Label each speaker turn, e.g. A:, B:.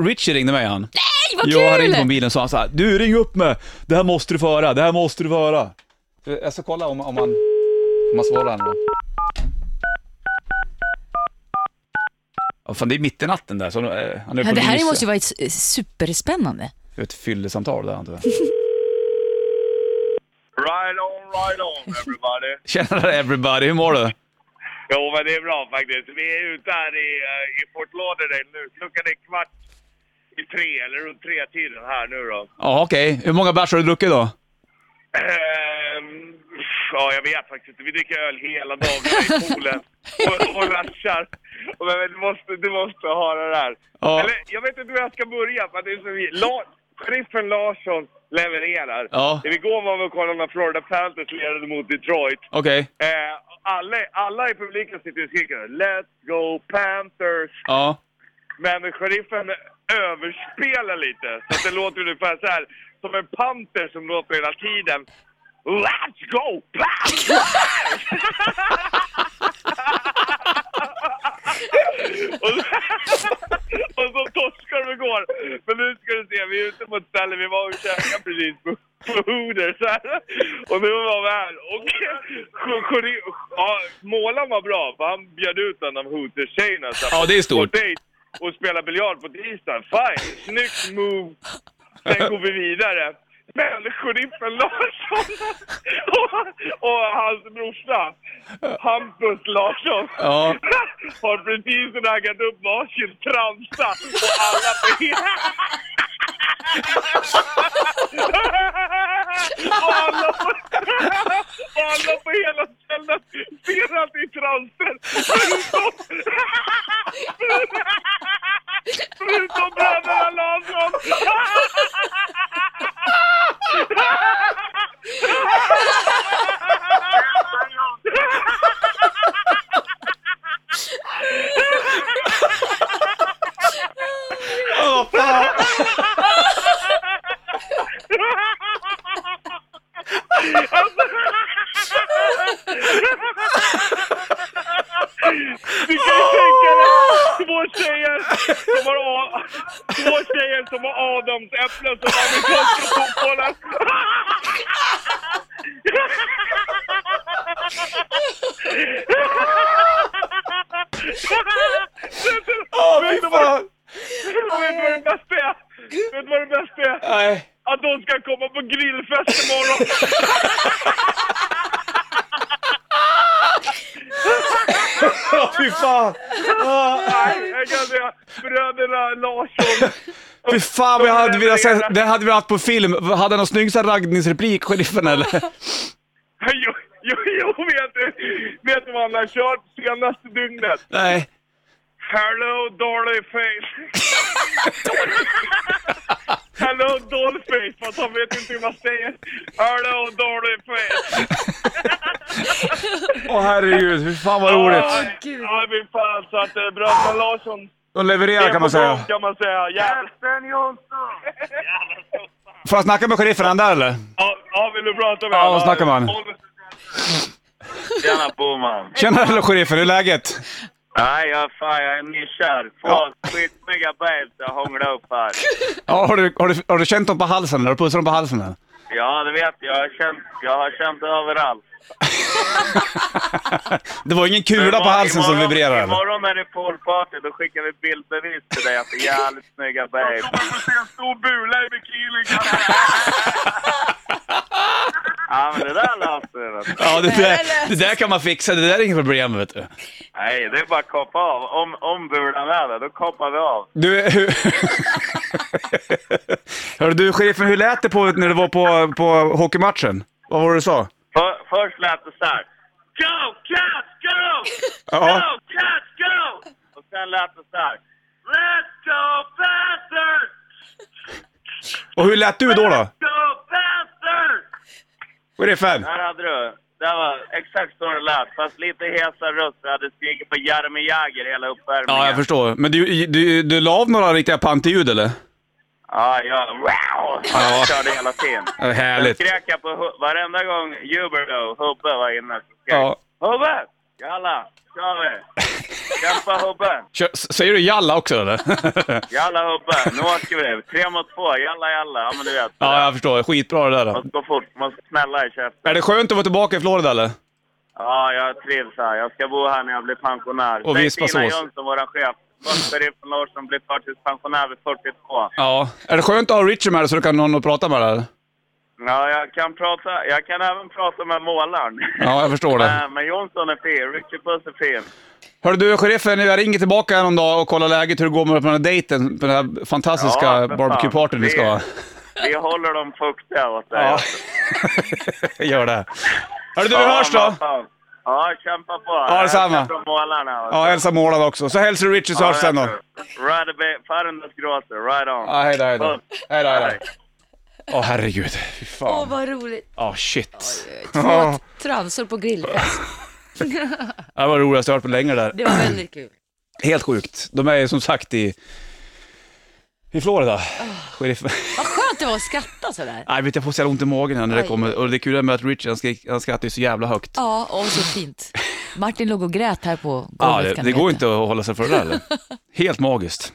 A: Richie ringde mig han.
B: Nej, vad
A: Jag ringde på
B: kul!
A: mobilen och sa så här, du ring upp mig, det här måste du få höra, det här måste du få höra. Eh, Jag ska kolla om, om, han, om han svarar ändå. Ja, fan, det är mitt i natten där, så han eh, han är
B: Ja,
A: på
B: det här
A: lyset.
B: måste ju vara ett s- eh, superspännande.
A: Det är ett fyllesamtal där antar jag.
C: Right on, right on everybody.
A: Tjenare everybody, hur mår du?
C: Jo, men det är bra faktiskt. Vi är ute här i, eh, i Fort Lauderdale nu. Klockan är kvart i tre, eller runt tre tiden här nu då.
A: Ja okej, hur många bärs har du druckit idag?
C: Ehm, ja, jag vet faktiskt inte. Vi dricker öl hela dagarna i poolen och, och raschar. Och Men, men du, måste, du måste ha det där.
A: Ja.
C: Eller, jag vet inte hur jag ska börja. För att det är så, La, sheriffen Larsson levererar.
A: Ja.
C: Igår var vi och kollade när Florida Panthers ledde mot Detroit.
A: Okej,
C: Eh, alla, alla i publiken sitter och skriker Let's go Panthers!
A: ja.
C: Men sheriffen överspelar lite. Så att det låter ungefär så här som en panter som låter hela tiden. Let's go Panthers! och, så, och så torskar de igår. Men nu ska du se, vi är ute på ett ställe, vi var och käkade precis på på Hooters här. Och nu var vi här. Och sk- skeri- ja, målaren var bra, för han bjöd ut en av Hooters-tjejerna. så här,
A: Ja, det är stort.
C: på dejt och spela biljard på tisdagen. Fine, snyggt move. Sen går vi vidare. Men sheriffen Larsson och, och hans brorsa, Hampus Larsson,
A: Ja.
C: har precis raggat upp varsin transa och alla på hela... och alla på, och alla på hela stället ser att det är transor förutom, förutom bröderna Larsson.
A: Åh fan!
C: Du kan ju tänka dig två tjejer som har, A- två tjejer som har adamsäpplen som amerikanska fotbollen.
A: Åh fy fan!
C: Vet du vad det bästa är? Vet du vad det bästa är?
A: Nej.
C: Att de ska komma på grillfest imorgon.
A: Åh fy fan!
C: Nej, jag kan säga bröderna Larsson.
A: Fy fan vad jag hade velat se, det hade vi haft på film. Hade han någon snygg sån här raggningsreplik, sheriffen eller?
C: Jo, jo, jo vet, du, vet du vad han har kört senaste dygnet?
A: Nej.
C: Hello, Dollface. Hello, Dollface. Fast han vet inte hur man säger. Hello, Dollface.
A: Åh herregud, fy fan vad roligt.
B: gud.
C: Ja, fy fan. Så att eh, bröderna Larsson
A: De levererar kan man säga.
C: kan man säga. Järsten Jonsson.
A: Får jag snacka med sheriffen han där eller?
C: Ja, ja, vill du prata med
A: Ja,
C: honom?
A: snacka med honom.
C: Tjena Boman.
A: Tjena hallå sheriffen, hur är läget?
C: Nej, jag, fan, jag är nykär. Fan, skitsnygga babes jag hånglar upp här.
A: Ja, har, du, har, du, har du känt dem på halsen eller? Har du pussat dem på halsen eller?
C: Ja, det vet jag. Jag har känt, jag har känt det överallt.
A: Det var ingen kula på
C: Imorgon-
A: halsen som
C: imorgon-
A: vibrerade eller?
C: Imorgon är det poolparty. Då skickar vi bildbevis till dig att det är jävligt snygga babes. Jag kommer få se en stor bula i bikini. ja, men det där löser vi. vet du.
A: Ja, det där, det där kan man fixa. Det där är inget problem vet du.
C: Nej, det är bara att koppa av. Om, om bulan är där, då koppar vi av.
A: Du, hur... Hörru du sheriffen, hur lät det på, när du var på, på hockeymatchen? Vad var det du sa?
C: För, först lät det så här. Go, cats, go!
A: Ja.
C: Go, cats, go! Och sen lät det så här. Let's go, Panthers!
A: Och hur lät du då då?
C: Go, Panthers!
A: Sheriffen?
C: Där hade du. Det var exakt så det lät, fast lite hesa röst. Jag hade skrikit på Jaromir Jagr hela uppvärmningen.
A: Ja, jag förstår. Men du, du, du la av några riktiga panterljud eller?
C: Ja, jag wow!
A: Ja.
C: Jag körde hela tiden.
A: Ja, härligt.
C: Sen skrek jag på hu- varenda gång Huber och Hubbe var inne. Så skrek
A: Ja.
C: jag, Hubbe! Jalla, kör vi! Kämpa hubben!
A: Kör, s- säger du jalla också eller?
C: Jalla hubben! Nu åker vi! Tre mot två, jalla jalla! Ja men du vet.
A: ja, jag förstår. Skitbra det där. Då.
C: Man ska gå fort, man ska snälla i käften.
A: Är det skönt att vara tillbaka i Florida eller?
C: Ja, jag trivs här. Jag ska bo här när jag blir pensionär.
A: Och
C: Säg
A: vispa
C: Tina
A: sås.
C: Jönsson, vår chef. Buster Riffen Larsson blir förtidspensionär vid 42.
A: Ja. Är det skönt att ha Richard med dig så du kan ha någon att prata med eller?
C: Ja, jag kan prata. Jag kan även prata med målaren.
A: Ja, jag förstår det.
C: Men- Men Jonsson är fin, Richard Puss är fin.
A: Hörru Eh. du, sheriffen, jag ringer tillbaka någon dag och kollar läget hur det går med den här dejten på den här fantastiska
C: Ja, för fan.
A: barbecue-partyn vi ska ha.
C: Vi håller dem fuktiga åt dig.
A: Ja. Gör det. Hörru du, vi hörs då!
C: vad fan. Ja, kämpa på.
A: Ja, detsamma.
C: Hälsa från målarna.
A: Ja, hälsa målarna också. Så hälsar du Richard så hörs sen då.
C: Right a bit, Farendals gråter, right on.
A: Ja, Ah, hej då, hej då. Hej då, hej
C: Hej.
A: då. Åh herregud, fy
B: Åh,
A: fan.
B: vad roligt.
A: Ja, shit.
B: Eh, Två transor på grillfest.
A: Det var det roligaste jag hört på länge där.
B: Det var väldigt kul.
A: Helt sjukt. De är ju som sagt i, i
B: Ah.
A: Florida. Sheriffen.
B: Vad skönt det var att skratta sådär.
A: Nej, vet du, jag får så jävla ont i magen här när det
B: Aj.
A: kommer. Och det kul är med att Richard, han, skrik, han skrattar ju så jävla högt.
B: Ja, och så fint. Martin låg och grät här på golvet
A: Ja, det,
B: kan
A: det
B: du
A: går
B: veta.
A: inte att hålla sig för det där eller? Helt magiskt.